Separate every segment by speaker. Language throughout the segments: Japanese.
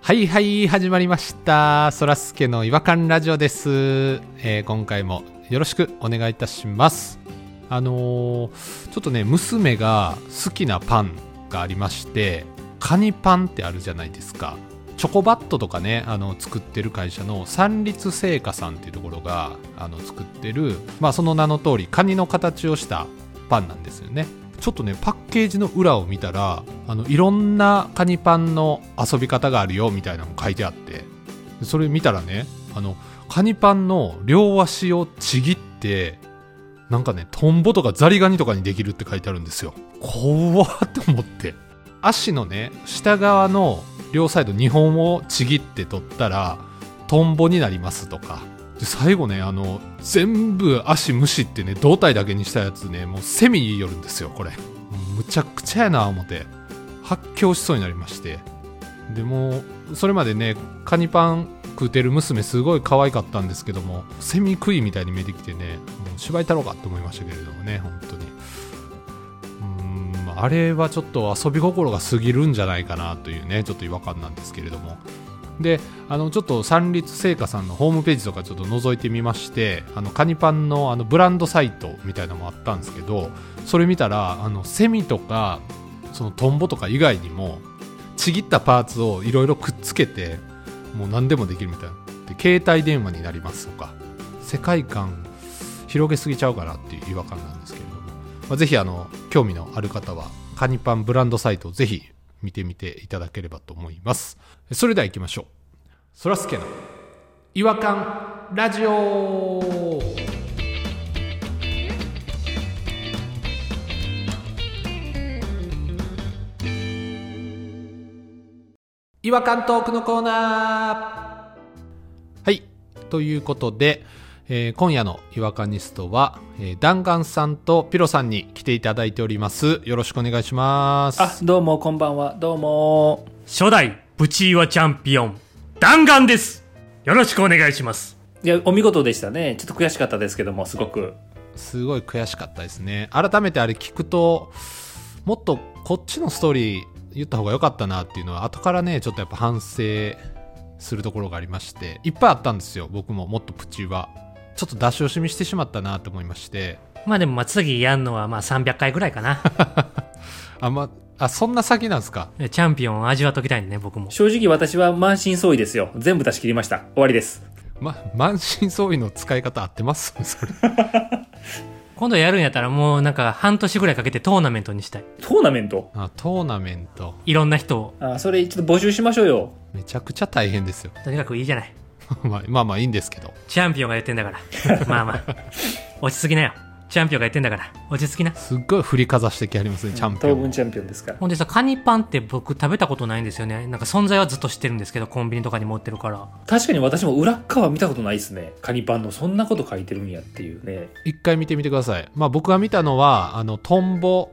Speaker 1: はいはい、始まりました。そらすけの違和感ラジオです、えー今回もよろしくお願いいたします。あのーちょっとね、娘が好きなパンがありまして、カニパンってあるじゃないですか。チョコバットとかね、あの、作ってる会社の三立製菓さんっていうところが、あの、作ってる、まあ、その名の通り、カニの形をしたパンなんですよね。ちょっとね、パッケージの裏を見たら、あの、いろんなカニパンの遊び方があるよ、みたいなのも書いてあって、でそれ見たらね、あの、カニパンの両足をちぎって、なんかね、トンボとかザリガニとかにできるって書いてあるんですよ。怖っと思って。足のね、下側の両サイド2本をちぎって取ったら、トンボになりますとか。で、最後ね、あの、全部足無視ってね、胴体だけにしたやつね、もうセミによるんですよ、これ。むちゃくちゃやな、思って。発狂しそうになりまして。でもうそれまでねカニパン食うてる娘すごい可愛かったんですけどもセミ食いみたいに見えてきてねもう芝居太郎かと思いましたけれどもね本当にうーんあれはちょっと遊び心が過ぎるんじゃないかなというねちょっと違和感なんですけれどもであのちょっと三立製菓さんのホームページとかちょっと覗いてみましてあのカニパンのあのブランドサイトみたいなのもあったんですけどそれ見たらあのセミとかそのトンボとか以外にもちぎったパーツをいろいろくっつけてもう何でもできるみたいなで携帯電話になりますとか世界観広げすぎちゃうかなっていう違和感なんですけれども、まあ、ぜひあの興味のある方はカニパンブランドサイトをぜひ見てみていただければと思いますそれでは行きましょうそらすけの違和感ラジオ違和感トークのコーナーはいということで、えー今夜の違和感ニストは、えー、弾丸さんとピロさんに来ていただいておりますよろしくお願いします
Speaker 2: あどうもこんばんはどうも
Speaker 3: 初代ブチーワチャンピオン弾丸ですよろしくお願いします
Speaker 2: いやお見事でしたねちょっと悔しかったですけどもすごく
Speaker 1: すごい悔しかったですね改めてあれ聞くともっとこっちのストーリー言った方が良かったなっていうのは後からねちょっとやっぱ反省するところがありましていっぱいあったんですよ僕ももっとプチはちょっと出し惜しみしてしまったなと思いまして
Speaker 3: まあでもまあ次やんのはまあ300回ぐらいかな
Speaker 1: あまあそんな先なんですか
Speaker 3: チャンピオン味わっときたいんでね僕も
Speaker 2: 正直私は満身創痍ですよ全部出し切りました終わりです
Speaker 1: ま満身創痍の使い方合ってます それ
Speaker 3: 今度やるんやったらもうなんか半年ぐらいかけてトーナメントにしたい
Speaker 2: トーナメント
Speaker 1: あトーナメント
Speaker 3: いろんな人を
Speaker 2: あそれちょっと募集しましょうよ
Speaker 1: めちゃくちゃ大変ですよ
Speaker 3: とにかくいいじゃない
Speaker 1: まあまあまあいいんですけど
Speaker 3: チャンピオンが言ってんだから まあまあ落ち着きなよチャンピオンが言ってんだから落ち着きな
Speaker 1: すっごい振りかざしてきはりますねチャンピ
Speaker 2: 当
Speaker 1: オン
Speaker 2: 分チャンピオンですから
Speaker 3: ほんでさカニパンって僕食べたことないんですよねなんか存在はずっと知ってるんですけどコンビニとかに持ってるから
Speaker 2: 確かに私も裏っ側見たことないですねカニパンのそんなこと書いてるんやっていうね
Speaker 1: 一回見てみてください。まあ僕が見たのは、あの、トンボ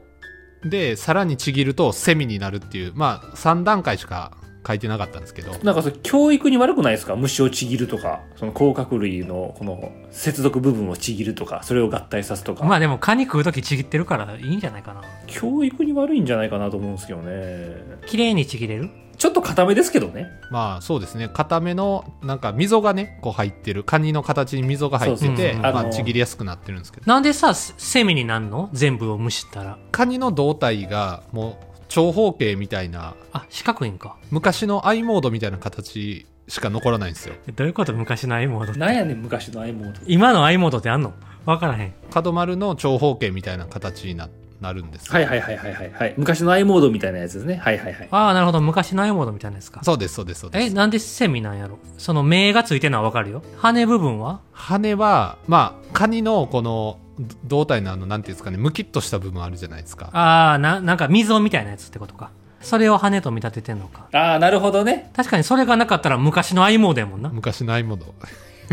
Speaker 1: で、さらにちぎるとセミになるっていう、まあ3段階しか書いてなかったんですけど、
Speaker 2: なんかそれ教育に悪くないですか虫をちぎるとかその甲殻類のこの接続部分をちぎるとかそれを合体さすとか、
Speaker 3: まあでもカニ食う時ちぎってるからいいんじゃないかな
Speaker 2: 教育に悪いんじゃないかなと思うんですけどね
Speaker 3: 綺麗にちぎれる
Speaker 2: ちょっと固めですけどね
Speaker 1: まあそうですね、固めの、なんか溝がね、こう入ってる、カニの形に溝が入って
Speaker 3: そうそう
Speaker 1: て、
Speaker 3: うん
Speaker 1: ま
Speaker 2: あ
Speaker 1: あ
Speaker 2: の
Speaker 1: ちぎりやすくなってるんですけど、
Speaker 3: なんでさセセミになんの全部を蒸したら
Speaker 1: カニの胴体がもう長方形みたいな、
Speaker 3: あ四角いんか
Speaker 1: 昔の i モードみたいな形しか残らないんですよ。
Speaker 3: えどういうこと昔のアイモードって
Speaker 2: なんやねん昔のアイモード
Speaker 3: 今のアイモードってあんのわからへん
Speaker 1: 角丸の長方形みたいな形にななるんですよ
Speaker 2: はいはいはいはいはいはい昔のアイモードみたいなやつですねはいはいはい
Speaker 3: ああなるほど昔のアイモードみたいなですか
Speaker 1: そうです、そうです、そうです。
Speaker 3: えなんでセミなんやろその目がついてるのはわかるよ羽部分は
Speaker 1: 羽はまあカニのこのど胴体のあのなんていうんですかねムキッとした部分あるじゃないですか
Speaker 3: ああななんか溝みたいなやつってことかそれを羽と見立ててんのか
Speaker 2: ああなるほどね
Speaker 3: 確かにそれがなかったら昔のアイモードやもんな
Speaker 1: 昔ないもの い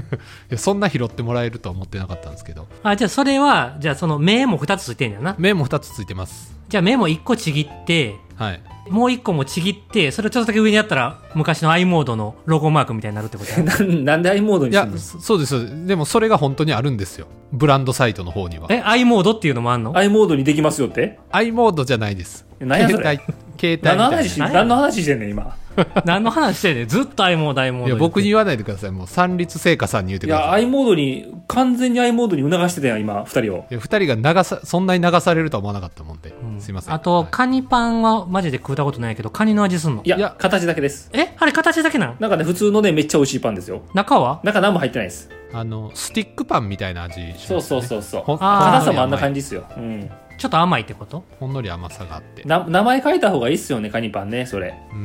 Speaker 1: やそんな拾ってもらえるとは思ってなかったんですけど
Speaker 3: あじゃあそれはじゃあその目も2つついてんやな
Speaker 1: 目も2つついてます
Speaker 3: じゃあ目も1個ちぎって
Speaker 1: はい
Speaker 3: もう一個もちぎって、それをちょっとだけ上にやったら、昔の i モードのロゴマークみたいになるってことや
Speaker 2: なんなんでアイモード
Speaker 1: い
Speaker 2: にす
Speaker 1: や
Speaker 2: るの
Speaker 1: そそうですそうですでもそれが本当にあるんですよブランドサイトの方には
Speaker 3: え、i モードっていうのもあんの
Speaker 2: アイモードにできますよって
Speaker 1: i モードじゃないです
Speaker 2: 何やそれ
Speaker 1: 携帯携帯み
Speaker 2: 何の
Speaker 1: たい
Speaker 2: 話
Speaker 1: な
Speaker 2: して何の話してんねん今
Speaker 3: 何の話してんねんずっとアイモードアイモード
Speaker 1: いや
Speaker 3: 言って
Speaker 1: 僕に言わないでくださいもう三立製菓さんに言って
Speaker 2: い
Speaker 1: ください
Speaker 2: や、i モードに、完全に i モードに促してたやん、今、二人を。
Speaker 1: いや2人が流さそんなに流されるとは思わなかったもんで、
Speaker 3: うん
Speaker 1: すいません
Speaker 3: あと、
Speaker 1: はい
Speaker 3: カニパンはマジで食うたことないけどカニの味すんの
Speaker 2: いや、
Speaker 1: いや
Speaker 2: 形だけです。
Speaker 3: えあれ形だけなん
Speaker 2: なんかね、普通のね、めっちゃ美味しいパンですよ。
Speaker 3: 中は
Speaker 2: 中何も入ってないです。
Speaker 1: あのスティックパンみたいな味します
Speaker 2: そ
Speaker 1: よ
Speaker 2: う
Speaker 1: ね
Speaker 2: そうそうそう。
Speaker 1: ほん
Speaker 3: あー
Speaker 2: 硬さもあんな
Speaker 1: ほ
Speaker 2: 感
Speaker 1: のり
Speaker 2: じですよ。うん。
Speaker 3: ちょっと甘いってこと
Speaker 1: 甘いほんのり甘さがあって
Speaker 2: な名前書いた方がいいっすよね、カニパンね、それ。
Speaker 1: うー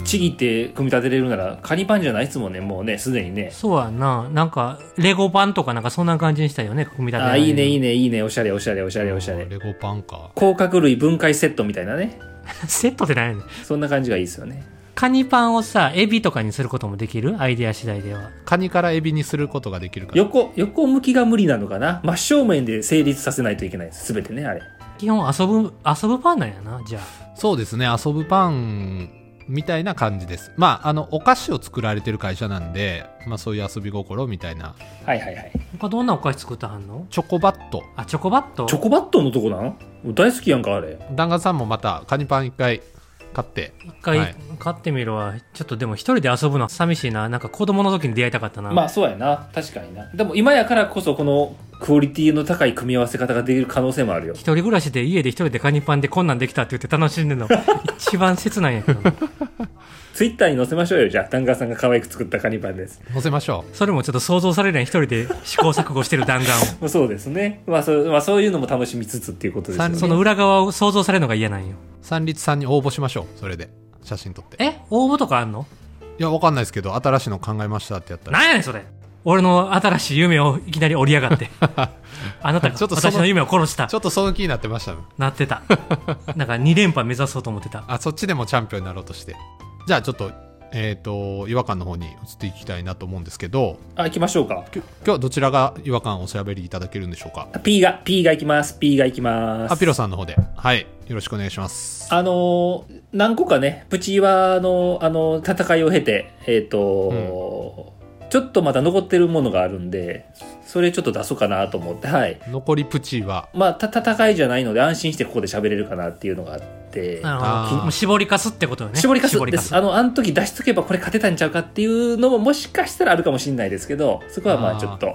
Speaker 1: ん
Speaker 2: ちぎって組み立てれるなら、カニパンじゃないっすもんね、もうね、すでにね。
Speaker 3: そうやななんかレゴ版とかなんかそんな感じにしたよね組み立て
Speaker 2: あー、いいね、いい
Speaker 3: ね
Speaker 2: ね、いいね、おしゃれ、おしゃれ、おしゃれ、おしゃれ。
Speaker 1: レゴパンか
Speaker 2: 甲殻類分解セットみたいなね。
Speaker 3: セットってないねん
Speaker 2: そんな感じがいいっすよね。
Speaker 3: カニパンをさエビとかにすることもできるアイデア次第では
Speaker 1: カニからエビにすることができるから
Speaker 2: 横、横向きが無理なのかな真正面で成立させないといけないです。すべてね、あれ。
Speaker 3: 基本遊ぶ遊ぶパンなんやなじゃあ
Speaker 1: そうですね遊ぶパンみたいな感じですまああのお菓子を作られてる会社なんで、まあ、そういう遊び心みたいな
Speaker 2: はいはいはい。
Speaker 3: 他どんなお菓子作ったはんの
Speaker 1: チョコバット
Speaker 3: あチョコバット
Speaker 2: チョコバットのとこなん大好きやんか、あれ。
Speaker 1: 弾丸さんもまたカニパン一回買って
Speaker 3: 一
Speaker 1: は
Speaker 3: 回
Speaker 1: い
Speaker 3: 買ってみるわ、ちょっとでも一人で遊ぶのは寂しいななんか子供の時に出会いたかったな、
Speaker 2: まあそうやな。確かにな。でも今やからこそ、このクオリティの高い組み合わせ方ができる可能性もあるよ。
Speaker 3: 一人暮らしで家で一人でカニパンでこんなんできたって言って楽しんでるの一番切ないんやけどな
Speaker 2: ツイッターに載せましょうよ、じゃあ。ダンガーさんが可愛く作ったカニパンです。
Speaker 1: 載せましょ
Speaker 3: それもちょっと想像されない一人で試行錯誤してる弾丸を
Speaker 2: まあそうですね。まあそう、まあそういうのも楽しみつつっていうことですよ
Speaker 1: 三
Speaker 2: ね。
Speaker 1: 人
Speaker 3: その裏側を想像されるのが嫌なん
Speaker 1: う
Speaker 3: よ
Speaker 1: 三立さんに応募しましょうそれで写真撮って
Speaker 3: え応募とかあんの
Speaker 1: いやわかんないですけど新しいの考えましたってやったら
Speaker 3: なんやねんそれ俺の新しい夢をいきなり折り上がってあなたが
Speaker 1: ちょっとその
Speaker 3: 私の夢を殺した
Speaker 1: ちょっとその気になってましたね
Speaker 3: なってたなんか2連覇目指そうと思ってた
Speaker 1: あそっちでもチャンピオンになろうとしてじゃあちょっとえっ、と違和感の方に移っていきたいなと思うんですけど
Speaker 2: あ、行きましょうか。
Speaker 1: きょ今日はどちらが違和感をおしゃべりいただけるんでしょうか
Speaker 2: P が、P が行きます。P が行きます。
Speaker 1: あピロさんの方ではいよろしくお願いします
Speaker 2: あのー何個かね、プチ岩の、あのー戦いを経て、えっ、とちょっとまだ残ってるものがあるんで、それちょっと出そうかなと思って、はい。
Speaker 1: 残りプチは
Speaker 2: まあ、た戦いじゃないので安心してここで喋れるかなっていうのがあって、
Speaker 3: なるほ
Speaker 1: あー
Speaker 3: どもう絞りかすってことよね
Speaker 2: 絞りかすです。
Speaker 3: あ
Speaker 2: あの、あの時出しとけばこれ勝てたんちゃうかっていうのももしかしたらあるかもしれないですけど、そこはま
Speaker 1: あー
Speaker 2: あちょっと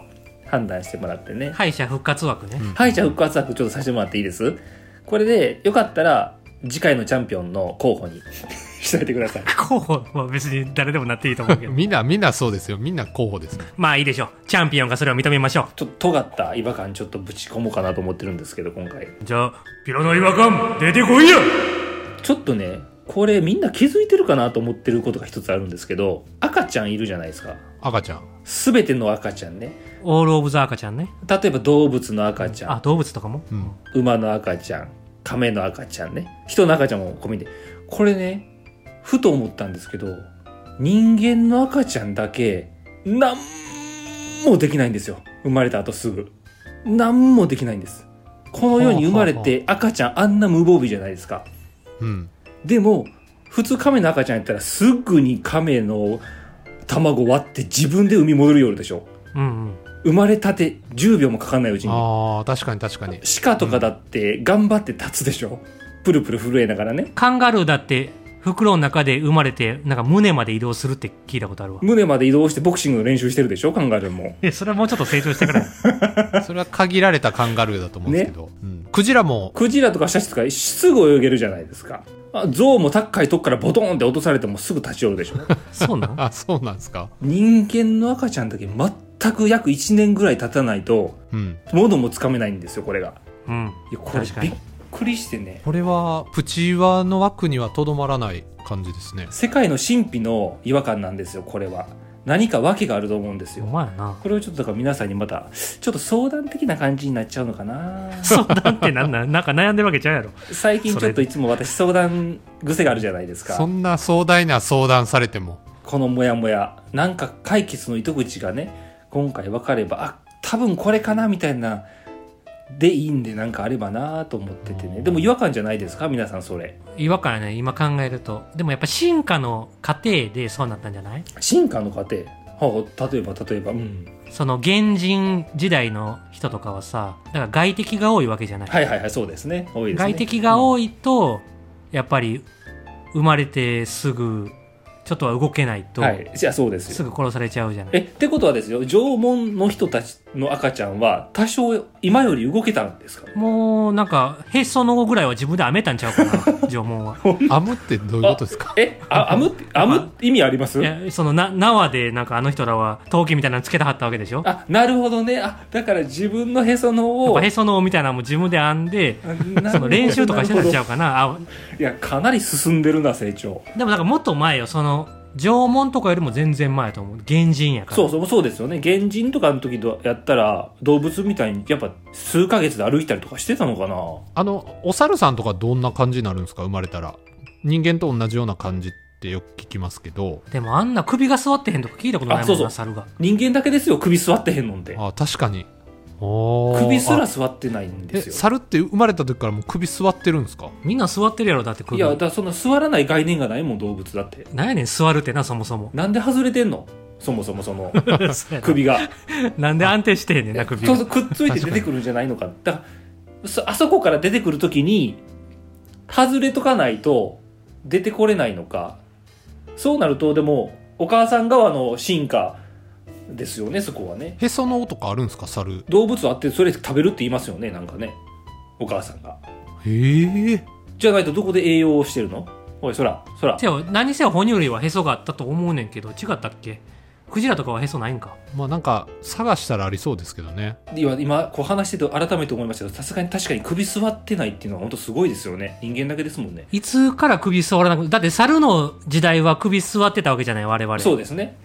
Speaker 2: 判断してもらってね。
Speaker 3: 敗者復活枠ね、
Speaker 2: 敗者復活枠ちょっとさせてもらっていいですこれで、よかったら次回のチャンピオンの候補に しといてください。
Speaker 3: 候補は別に誰でもなっていいと思うけど
Speaker 1: みんなみんなそうですよみんな候補ですね
Speaker 3: まあいいでしょうチャンピオンがそれを認めましょ
Speaker 2: ちょっと尖った違和感ちょっとぶち込もうかなと思ってるんですけど今回
Speaker 3: うじゃあピロの違和感出てこいや
Speaker 2: ちょっとねこれみんな気づいてるかなと思ってることが一つあるんですけど赤ちゃんいるじゃないですか
Speaker 1: 赤ちゃん
Speaker 2: 全ての赤ちゃんね
Speaker 3: オール・オブ・ザ・赤ちゃんね
Speaker 2: 例えば動物の赤ちゃ
Speaker 3: あ
Speaker 2: ん
Speaker 3: 動物とかも
Speaker 1: うん
Speaker 2: 馬の赤ちゃん亀の赤ちゃんね人の赤ちゃんも込みでこれねふと思ったんですけど人間の赤ちゃんだけ何もできないんですよ生まれた後すぐ何もできないんですこの世に生まれて赤ちゃんあんな無防備じゃないですか
Speaker 1: うん
Speaker 2: でも普通亀の赤ちゃんやったらすぐに亀の卵割って自分で産み戻るよるでしょ
Speaker 3: うんうん
Speaker 2: 生まれたて10秒もかかんないうちに
Speaker 1: あー確かに確かに
Speaker 2: 鹿とかだって頑張って立つでしょ、プルプル震えながらね
Speaker 3: カンガルーだって袋の中で生まれてなんか胸まで移動するって聞いたことあるわ
Speaker 2: 胸まで移動してボクシングの練習してるでしょカンガルーも
Speaker 3: えそれはもうちょっと成長してから
Speaker 1: それは限られたカンガルーだと思うんですけど、うん、クジラも
Speaker 2: クジラとかシャチとかすぐ泳げるじゃないですかあゾウも高いとこからボトンって落とされてもすぐ立ち寄る でしょ
Speaker 3: そうなん
Speaker 1: あそうなんですか
Speaker 2: 人間の赤ちゃんだけ全く約1年ぐらい経たないと
Speaker 1: うん
Speaker 2: 物もつかめないんですよこれが
Speaker 3: うん
Speaker 2: いやこれ
Speaker 3: 確か
Speaker 2: び
Speaker 3: に
Speaker 2: っくりしてね
Speaker 1: これはプチワの枠にはとどまらない感じですね
Speaker 2: 世界の神秘の違和感なんですよこれは何か訳があると思うんです
Speaker 3: お
Speaker 2: よ
Speaker 3: 前やな
Speaker 2: これをちょっとだから皆さんにまたちょっと相談的な感じになっちゃうのかな
Speaker 3: そうなんてなん なんなんか悩んでるわけちゃうやろ
Speaker 2: 最近ちょっといつも私相談癖があるじゃないです
Speaker 1: そ
Speaker 2: か
Speaker 1: んな壮大な相談されても
Speaker 2: このモヤモヤなんか解決の糸口がね今回分かればあ多分これかなみたいなでいいんでなんかあればなと思っててねでも違和感じゃないですか皆さんそれ
Speaker 3: 違和感やね今考えるとでもやっぱ進化の過程でそうなったんじゃない
Speaker 2: 進化の過程はあ例えば例えばうん
Speaker 3: その原人時代の人とかはさだから外敵が多いわけじゃない、
Speaker 2: はいはいはいそうですね多いですね
Speaker 3: 外敵が
Speaker 2: い、
Speaker 3: 多いとやっぱり生まれてすぐちょっとは動けないと、
Speaker 2: はい、じゃあそうですよ
Speaker 3: すぐ殺されちゃうじゃない
Speaker 2: えってことはですよ縄文の人たちの赤ちゃんは多少今より動けたんですかね
Speaker 3: もうなんかへその緒ぐらいは自分で編めたんちゃうか な縄文は
Speaker 1: 編むってどういうことですか
Speaker 2: えあ編むって編むって意味あります
Speaker 3: いやそのな縄でなんかあの人らは陶器みたいなのつけたはったわけでしょ
Speaker 2: あなるほどねあだから自分のへその
Speaker 3: やっ
Speaker 2: を
Speaker 3: ぱへその緒みたいなのも自分で編んでその練習とかしてたんちゃ
Speaker 2: う
Speaker 3: うか なあ
Speaker 2: いやかなり進んでるな成長
Speaker 3: でもなんかもっと前よその縄文とかよりも全然前やと思う原人やから
Speaker 2: そうそうそうですよね原人とかの時とやったら動物みたいにやっぱ数ヶ月で歩いたりとかしてたのかな
Speaker 1: あのお猿さんとかどんな感じになるんですか生まれたら人間と同じような感じってよく聞きますけど
Speaker 3: でもあんな首が座ってへんとか聞いたことないもんな
Speaker 2: あそうそう
Speaker 3: 猿が
Speaker 2: 人間だけですよ首座ってへんのんで
Speaker 1: あ確かにおー
Speaker 2: 首すら
Speaker 1: あ
Speaker 2: 座ってないんで
Speaker 1: え
Speaker 2: すよ
Speaker 1: 猿って生まれた時からもう首座ってるんですか
Speaker 3: みんな座ってるやろだって
Speaker 2: い
Speaker 3: 首
Speaker 2: やだからそんな座らない概念がないもん動物だって
Speaker 3: なんやねん座るってなそも そも
Speaker 2: なんで外れてんのそもそもその
Speaker 3: そうやな
Speaker 2: 首が
Speaker 3: なんで安定してへんねんな首が
Speaker 2: そうそうくっついて出てくるんじゃないのかだからそあそこから出てくるときに外れとかないと出てこれないのかそうなるとでもお母さん側の進化ですよねそこはね
Speaker 1: へその緒とかあるんですか猿
Speaker 2: 動物はあってそれ食べるって言いますよねなんかねお母さんが
Speaker 1: へえ
Speaker 2: じゃないとどこで栄養をしてるのおいそらそら
Speaker 3: せよ何せよ哺乳類はへそがあったと思うねんけど違ったっけクジラとかはへそないんか
Speaker 1: まあなんか探したらありそうですけどね
Speaker 2: 今今こう話してて改めて思いましたけどさすがに確かに首座ってないっていうのは本当すごいですよね人間だけですもんね
Speaker 3: いつから首座らなくだって猿の時代は首座ってたわけじゃない我々
Speaker 2: そうですね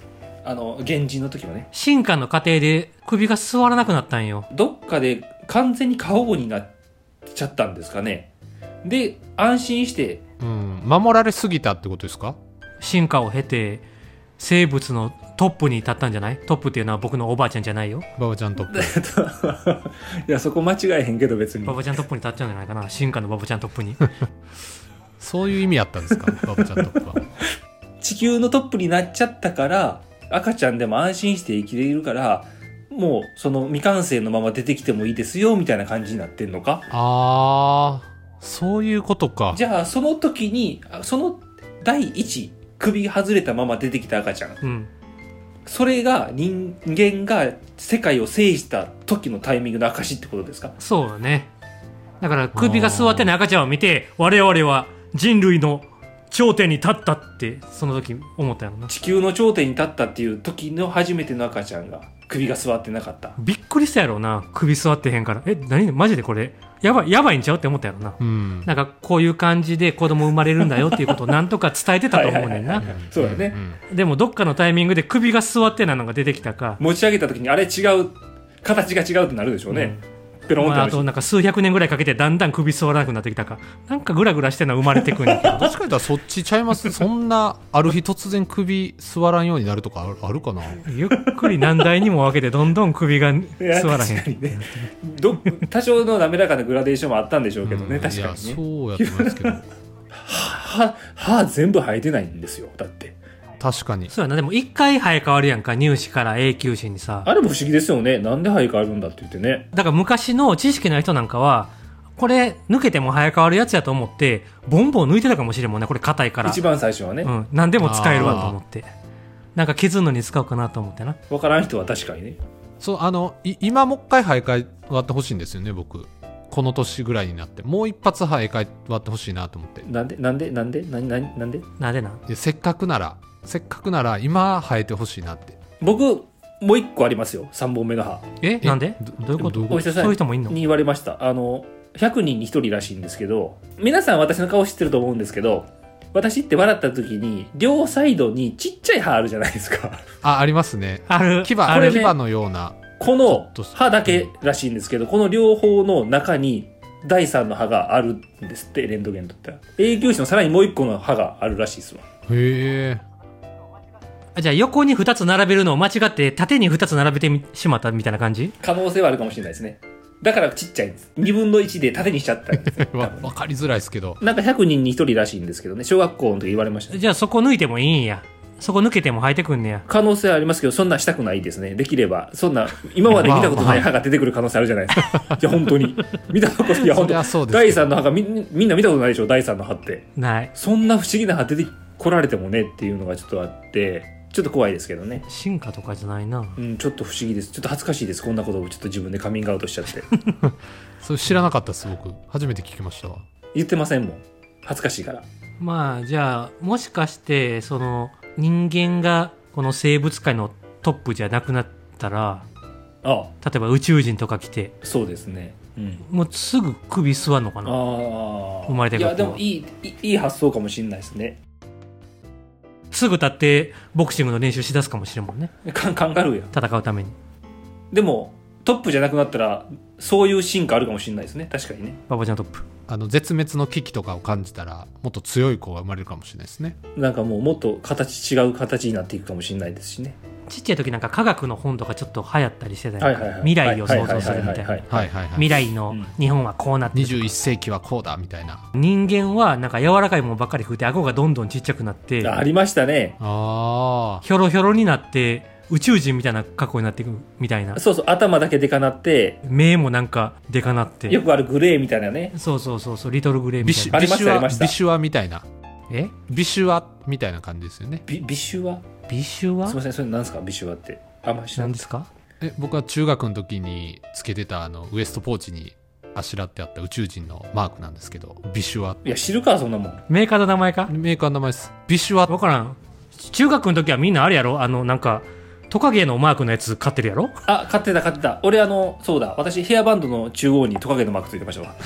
Speaker 2: あの原人の時はね
Speaker 3: 進化の過程で首が座らなくなったんよ
Speaker 2: どっかで完全に過保護になっちゃったんですかね。で、安心して、
Speaker 1: うん守られすぎたってことですか
Speaker 3: 進化を経て生物のトップに立ったんじゃないトップっていうのは僕のおばあちゃんじゃないよ
Speaker 1: ばばちゃんと
Speaker 2: えっと いや、そこ間違えへんけど別に
Speaker 3: バ。バちゃんトップに立っちゃうんじゃないかな進化のババちゃんトッ プに
Speaker 1: そういう意味やったんですかばばちゃんとか
Speaker 2: 地球のトップになっちゃったから、赤ちゃんでも安心して生きれるから、もうその未完成のまま出てきてもいいですよ、みたいな感じになってんのか。
Speaker 1: あーそういうことか
Speaker 2: じゃあ、その時に、あその第一、首外れたまま出てきた赤ちゃん。
Speaker 3: うん
Speaker 2: それが人間が世界を制した時のタイミングの証ってことですか
Speaker 3: そうだねだから首が座ってない赤ちゃんを見て我々は人類の頂点に立ったってその時思ったよな
Speaker 2: 地球の頂点に立ったっていう時の初めての赤ちゃんが首が座ってなかった
Speaker 3: びっくりしたやろうな首座ってへんからえ何マジでこれやばいやばいんちゃうって思ったやろな
Speaker 1: うん
Speaker 3: なんかこういう感じで子供生まれるんだよっていうことを なんとか伝えてたと思うねん
Speaker 2: は
Speaker 3: ない
Speaker 2: はいはいそうだね、
Speaker 1: ん
Speaker 3: でもどっかのタイミングで首が座ってないのが出てきたか、
Speaker 2: 持ち上げた時にあれ違う形が違うってなるでしょうね、ペロンっ
Speaker 3: ま
Speaker 2: て
Speaker 3: あ、
Speaker 2: な
Speaker 3: あ
Speaker 2: るし
Speaker 3: となんか数百年ぐらいかけてだんだん首座らなくなってきたかなんかグラグラしてんのは生まれてくんねんけど
Speaker 1: 確かにだそっちちゃい ますそんなある日突然首座らんようになるとかあるあるかな
Speaker 3: ゆっくり何代にも分けてどんどん首が
Speaker 2: いや
Speaker 3: 座らへ
Speaker 2: 確か
Speaker 3: ん
Speaker 2: にねど多少の滑らかなグラデーションもあったんでしょうけどね、
Speaker 1: うん
Speaker 2: 確
Speaker 1: い
Speaker 2: か
Speaker 1: や
Speaker 2: にね
Speaker 1: そうやと思いますけど
Speaker 2: 歯歯全部生えてないんですよだって
Speaker 1: 確かに
Speaker 3: そうやなでも一回生え変わるやんか入試から永久歯にさ
Speaker 2: あれも不思議ですよねなんで生え変わるんだって言ってね
Speaker 3: だから昔の知識の人なんかはこれ抜けても生え変わるやつやと思ってボンボン抜いてたかもしれんもんねこれ硬いから
Speaker 2: 一番最初はね、
Speaker 3: うん、何でも使えるわと思ってなんか削るのに使おうかなと思ってな
Speaker 2: 分からん人は確かにね
Speaker 1: そうあのい今もう一回生え替え割ってほしいんですよね僕この年ぐらいになってもう一発生え替え割ってほしいなと思って
Speaker 2: なんでなんでなんでなになになんで
Speaker 3: なんでなん
Speaker 1: でせっかくならせっかくなら今生えてほしいなって
Speaker 2: 僕もう一個ありますよ3本目の歯
Speaker 3: え
Speaker 1: え
Speaker 3: なんで
Speaker 1: ど
Speaker 3: どういうこ
Speaker 1: どう
Speaker 3: と
Speaker 1: いう
Speaker 2: お医者さん
Speaker 3: そういう人もいんの
Speaker 2: に言われましたあの100人に1人らしいんですけど皆さん私の顔知ってると思うんですけど私って笑った時に両サイドにちっちゃい歯あるじゃないですか
Speaker 1: あありますね
Speaker 3: ある
Speaker 1: 牙
Speaker 3: あ
Speaker 2: これ
Speaker 3: る
Speaker 2: ね
Speaker 1: 牙のような
Speaker 2: この
Speaker 1: ちょっと
Speaker 2: 歯だけらしいんですけどこの両方の中に第3の歯があるんですってレントゲンとったら永久歯のさらにもう一個の歯があるらしいですわ
Speaker 1: へえ
Speaker 3: あじゃあ横に2つ並べるのを間違って縦に2つ並べてみしまったみたいな感じ
Speaker 2: 可能性はあるかもしれないですねだからちっちゃいんです2分の1で縦にしちゃったんです
Speaker 1: わわかりづらいですけど
Speaker 2: なんか100人に1人らしいんですけどね小学校の時言われましたね
Speaker 3: じゃあそこ抜いてもいいんやそこ抜けても生えてくんねや
Speaker 2: 可能性はありますけど、そんなんしたくないですね。できれば、そんな、今まで見たことない歯が出てくる可能性あるじゃないですか。 いや、本当に。見たこと、いや、
Speaker 1: そ
Speaker 2: 本
Speaker 1: り
Speaker 2: 当
Speaker 1: ゃそうです
Speaker 2: 第
Speaker 1: けど
Speaker 2: 3の歯がみ、みんな見たことないでしょ、第3の歯って。
Speaker 3: ない
Speaker 2: そんな不思議な歯出て来られてもねっていうのがちょっとあってちょっと怖いですけどね
Speaker 3: 進化とかじゃないな
Speaker 2: うん、ちょっと不思議です。ちょっと恥ずかしいです。こんなことをちょっと自分でカミングアウトしちゃって。
Speaker 1: それ知らなかったです僕初めて聞きましたわ
Speaker 2: 言ってませんもん。恥ずかしいから。
Speaker 3: まあじゃあもしかしてその人間がこの生物界のトップじゃなくなったら
Speaker 2: ああ、
Speaker 3: 例えば宇宙人とか来て
Speaker 2: そうですね。うん。
Speaker 3: もうすぐ首吸わんのかな
Speaker 2: ああ。
Speaker 3: 生まれて
Speaker 2: い
Speaker 3: くる
Speaker 2: や、でもいい、いいいい発想かもしれないですね。
Speaker 3: すぐ立ってボクシングの練習しだすかもしれんもんね
Speaker 2: カンカンガルーや。
Speaker 3: 戦うために
Speaker 2: でも、トップじゃなくなったら、そういう進化あるかもしれないですね。確かにね。
Speaker 3: ババちゃんトップ
Speaker 1: あの絶滅の危機とかを感じたらもっと強い子が生まれるかもしれないですね
Speaker 2: なんかもうもっと形違う形になっていくかもしれないですしね。
Speaker 3: ちっちゃい時なんか科学の本とかちょっと流行ったりしてた
Speaker 2: はい
Speaker 3: やん
Speaker 2: はいはい。
Speaker 3: 未来を想像す
Speaker 2: は
Speaker 3: るみたい
Speaker 2: はは
Speaker 3: な
Speaker 2: は
Speaker 1: はいはいはい
Speaker 3: 未来の日本はこうなってるとか
Speaker 1: 21世紀はこうだみたいな
Speaker 3: 人間はなんか柔らかいものばっかり食って顎がどんどんちっちゃくなって
Speaker 2: いあありましたね。
Speaker 1: あ
Speaker 3: ひょろひょろになって宇宙人みたいな格好になっていくみたいな
Speaker 2: そうそう、頭だけでかなって、
Speaker 3: 目もなんかでかなって
Speaker 2: よくあるグレーみたいなね。
Speaker 3: そうそうそうそうリトルグレー
Speaker 1: あ
Speaker 3: み
Speaker 1: ビ
Speaker 3: た
Speaker 1: シ
Speaker 3: いな
Speaker 2: ありました
Speaker 1: ビシュワ
Speaker 2: ありま
Speaker 1: ビシュワみ
Speaker 2: した
Speaker 1: たいな
Speaker 3: え
Speaker 1: ビシュワみたいな感じですよね
Speaker 2: ビビシュワ
Speaker 3: ビシュワ
Speaker 2: すみません、それ何ですかビシュワって。あんまり知ら
Speaker 3: なんん
Speaker 2: で。
Speaker 3: ですすか
Speaker 1: え僕は中学の時につけてたあのウエストポーチにあしらってあった宇宙人のマークなんですけどビシュワ
Speaker 2: いや、知るか、そんなもん。
Speaker 3: メーカーの名前か
Speaker 1: メーカーの名前ですビシュワ
Speaker 3: わからん中学の時はみんなあれやろあのなんかトカゲのマークのやつ買ってるやろ
Speaker 2: あ、買ってた、買ってた。俺、あの、そうだ、私、ヘアバンドの中央にトカゲのマークついてま したわ。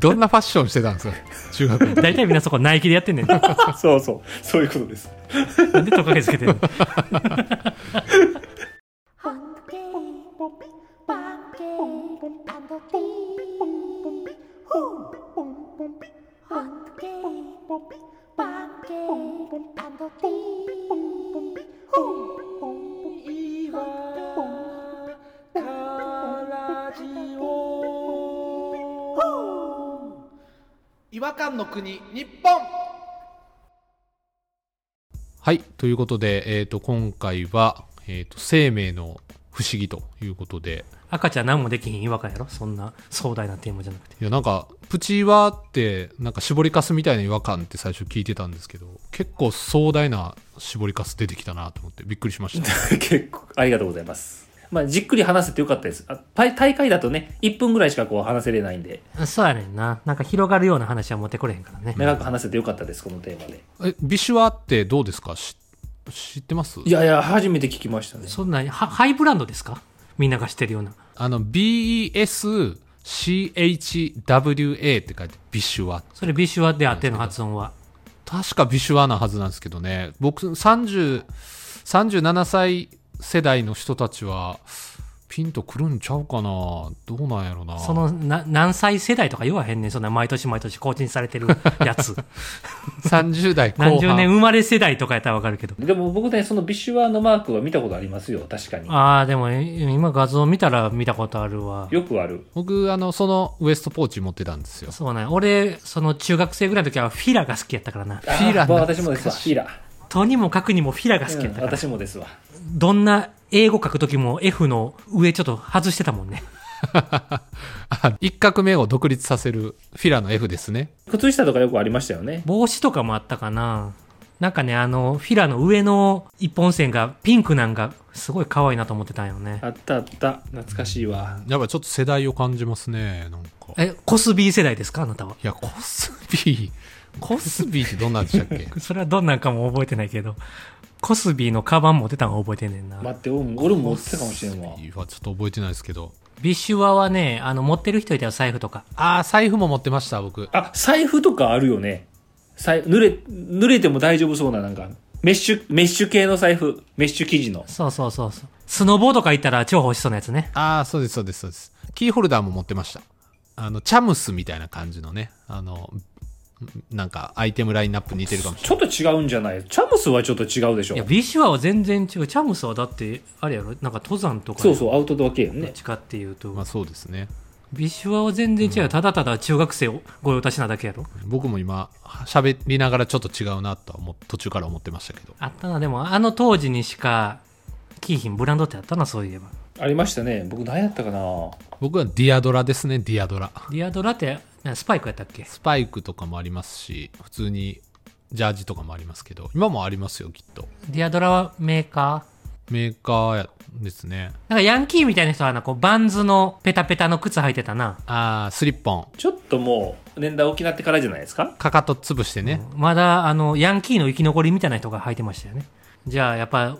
Speaker 1: どんなファッションしてたんですか中学の時
Speaker 3: 大体みんなそこナイキでやってんねん な
Speaker 2: そうそう、そういうことです。
Speaker 3: んでトカゲつけてんの
Speaker 4: Hunky,
Speaker 5: 違和感の国日本
Speaker 1: はいということで、えー、と今回は、えーと「生命の不思議」ということで
Speaker 3: 赤ちゃん何もできひん違和感やろそんな壮大なテーマじゃなくて
Speaker 1: いやなんかプチはってなんか絞りかすみたいな違和感って最初聞いてたんですけど結構壮大な絞りかす出てきたなと思ってびっくりしました
Speaker 2: 結構、ありがとうございます。まあ、じっくり話せてよかったです。あパイ大会だとね、1分ぐらいしかこう話せれないんで、
Speaker 3: そうやねんななんか広がるような話は持ってこれへんからね
Speaker 2: 長く話せてよかったです、このテーマで。
Speaker 1: えビシュワってどうですかし知ってます
Speaker 2: いやいや、初めて聞きましたね。
Speaker 3: そんなハハイブランドですかみんなが知ってるような
Speaker 1: あの BESCHWA って書いてビシュワ
Speaker 3: それビシュワであっての発音は
Speaker 1: 確かビシュワなはずなんですけどね僕30 37歳世代の人たちはピンとくるんちゃうかなどうなんやろな
Speaker 3: そのな何歳世代とか言わへんねんそんな毎年毎年更新されてる やつ
Speaker 1: 30代後半
Speaker 3: 何十年生まれ世代とかやったらわかるけど
Speaker 2: でも僕ね、そのビシュワのマークは見たことありますよ、確かに。
Speaker 3: ああでもえ今画像見たら見たことあるわ
Speaker 2: よくある。
Speaker 1: 僕あのそのウエストポーチ持ってたんですよ
Speaker 3: そうね俺その中学生ぐらいの時はフィラが好きやったからな
Speaker 2: あ
Speaker 1: フィラ
Speaker 2: まあ私もですわ、フィラ。
Speaker 3: とにもかくにもフィラが好き
Speaker 2: う
Speaker 3: やっ
Speaker 2: ん
Speaker 3: たから、
Speaker 2: 私もですわ。
Speaker 3: どんな英語書く時も F の上ちょっと外してたもんね
Speaker 1: あ一画目を独立させるフィラの F ですね
Speaker 2: 靴下とかよくありましたよね。
Speaker 3: 帽子とかもあったかななんかねあのフィラの上の一本線がピンクなんかすごい可愛いなと思ってたんよね
Speaker 2: あったあった。懐かしいわ。
Speaker 1: やっぱちょっと世代を感じますねなんかい
Speaker 3: えコスビー世代ですかあなたは
Speaker 1: やコスビーコスビーってどんなんでしたっけ
Speaker 3: それはどんなんかも覚えてないけどコスビーのカバン持ってたの覚えてんねんな、
Speaker 2: 待って、俺も俺 も持ってたかもしれんわ
Speaker 1: コ。スビーはちょっと覚えてないですけど
Speaker 3: ビシュワはねあの持ってる人いたよ財布とか
Speaker 1: ああ財布も持ってました僕
Speaker 2: あ、財布とかあるよね。財濡れ、濡れても大丈夫そうな、なんか、メッシュ、メッシュ系の財布。メッシュ生地の。
Speaker 3: そうそうそうそうスノボーとか行ったら重宝しそうなやつね
Speaker 1: ああそうですそうですそうですキーホルダーも持ってましたあのチャムスみたいな感じのねあのなんかアイテムラインナップ似てるかもしれない
Speaker 2: ちょっと違うんじゃないチャムスはちょっと違うでしょ
Speaker 3: いや。ビシュワは全然違うチャムスはだってあれやろなんか登山とか
Speaker 2: そうそう、アウトドア系よ
Speaker 3: どっ
Speaker 2: ね。
Speaker 3: ちかっていうと、
Speaker 1: まあそうですね
Speaker 3: ビシュワは全然違う、ただただ中学生をご用達なだけやろ
Speaker 1: 僕も今喋りながらちょっと違うなとは思っ途中から思ってましたけど
Speaker 3: あったなでもあの当時にしかキーヒンブランドってあったなそういえば
Speaker 2: ありましたね。僕何やったかな
Speaker 1: 僕はディアドラですねディアドラ
Speaker 3: ディアドラってなスパイクやったっけ
Speaker 1: スパイクとかもありますし普通にジャージとかもありますけど、今もありますよ、きっと。
Speaker 3: ディアドラはメーカー
Speaker 1: メーカーやですね。
Speaker 3: なんかヤンキーみたいな人はな、こう、バンズのペタペタの靴履いてたな。
Speaker 1: ああ、スリッポン。
Speaker 2: ちょっともう、年代大きなってからじゃないですか
Speaker 1: かかと潰してね。
Speaker 3: まだ、あの、ヤンキーの生き残りみたいな人が履いてましたよね。じゃあ、やっぱ、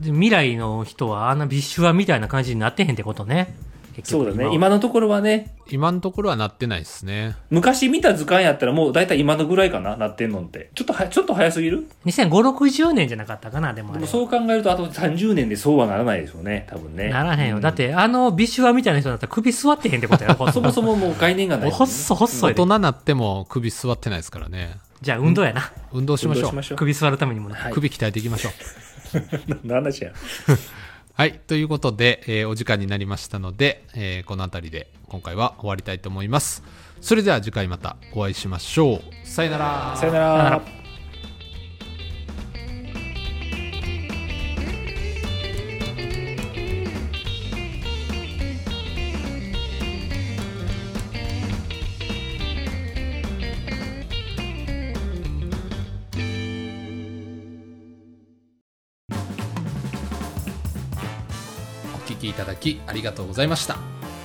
Speaker 3: 未来の人は、あんなビッシュアみたいな感じになってへんってことね。結
Speaker 2: そう
Speaker 3: 局
Speaker 2: だ
Speaker 3: は
Speaker 2: ね。今のところはね、
Speaker 1: 今のところはなってないですね。
Speaker 2: 昔見た図鑑やったらもう大体今のぐらいかな、なってんのって。ちょっとは、ちょっと早すぎる
Speaker 3: 2005、60年じゃなかったかな、でもあ
Speaker 2: でも
Speaker 3: れは。
Speaker 2: そう考えるとあと30年でそうはならないでしょうね、多分ね。、
Speaker 3: ならへんよ。だってて、あの、ビッシュアみたいな人だったら首座ってへんってことやろ。
Speaker 2: そもそももう概念が ない、
Speaker 3: ほっそほっそ
Speaker 1: 大
Speaker 3: やで
Speaker 1: 人。になっても首座ってないですからね。
Speaker 3: じゃあ、運動やな。
Speaker 1: 運動しましょう。
Speaker 2: 運動しましょう。
Speaker 3: 首座るためにもな。
Speaker 2: はい
Speaker 1: 首鍛えていきましょう。
Speaker 2: な話や。
Speaker 1: はい。ということで、えーお時間になりましたので、えーこの辺りで今回は終わりたいと思います。それでは次回またお会いしましょう。さよなら。
Speaker 2: さよなら。
Speaker 1: お聞きいただきありがとうございました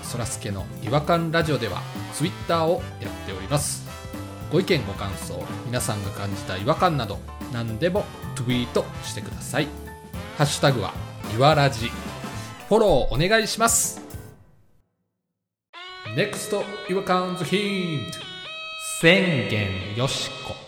Speaker 1: そらすけの違和感ラジオではツイッターをやっておりますご意見ご感想皆さんが感じた違和感など何でもツイートしてくださいハッシュタグはいわらじフォローお願いします NEXT 違和感ズヒント宣言よしこ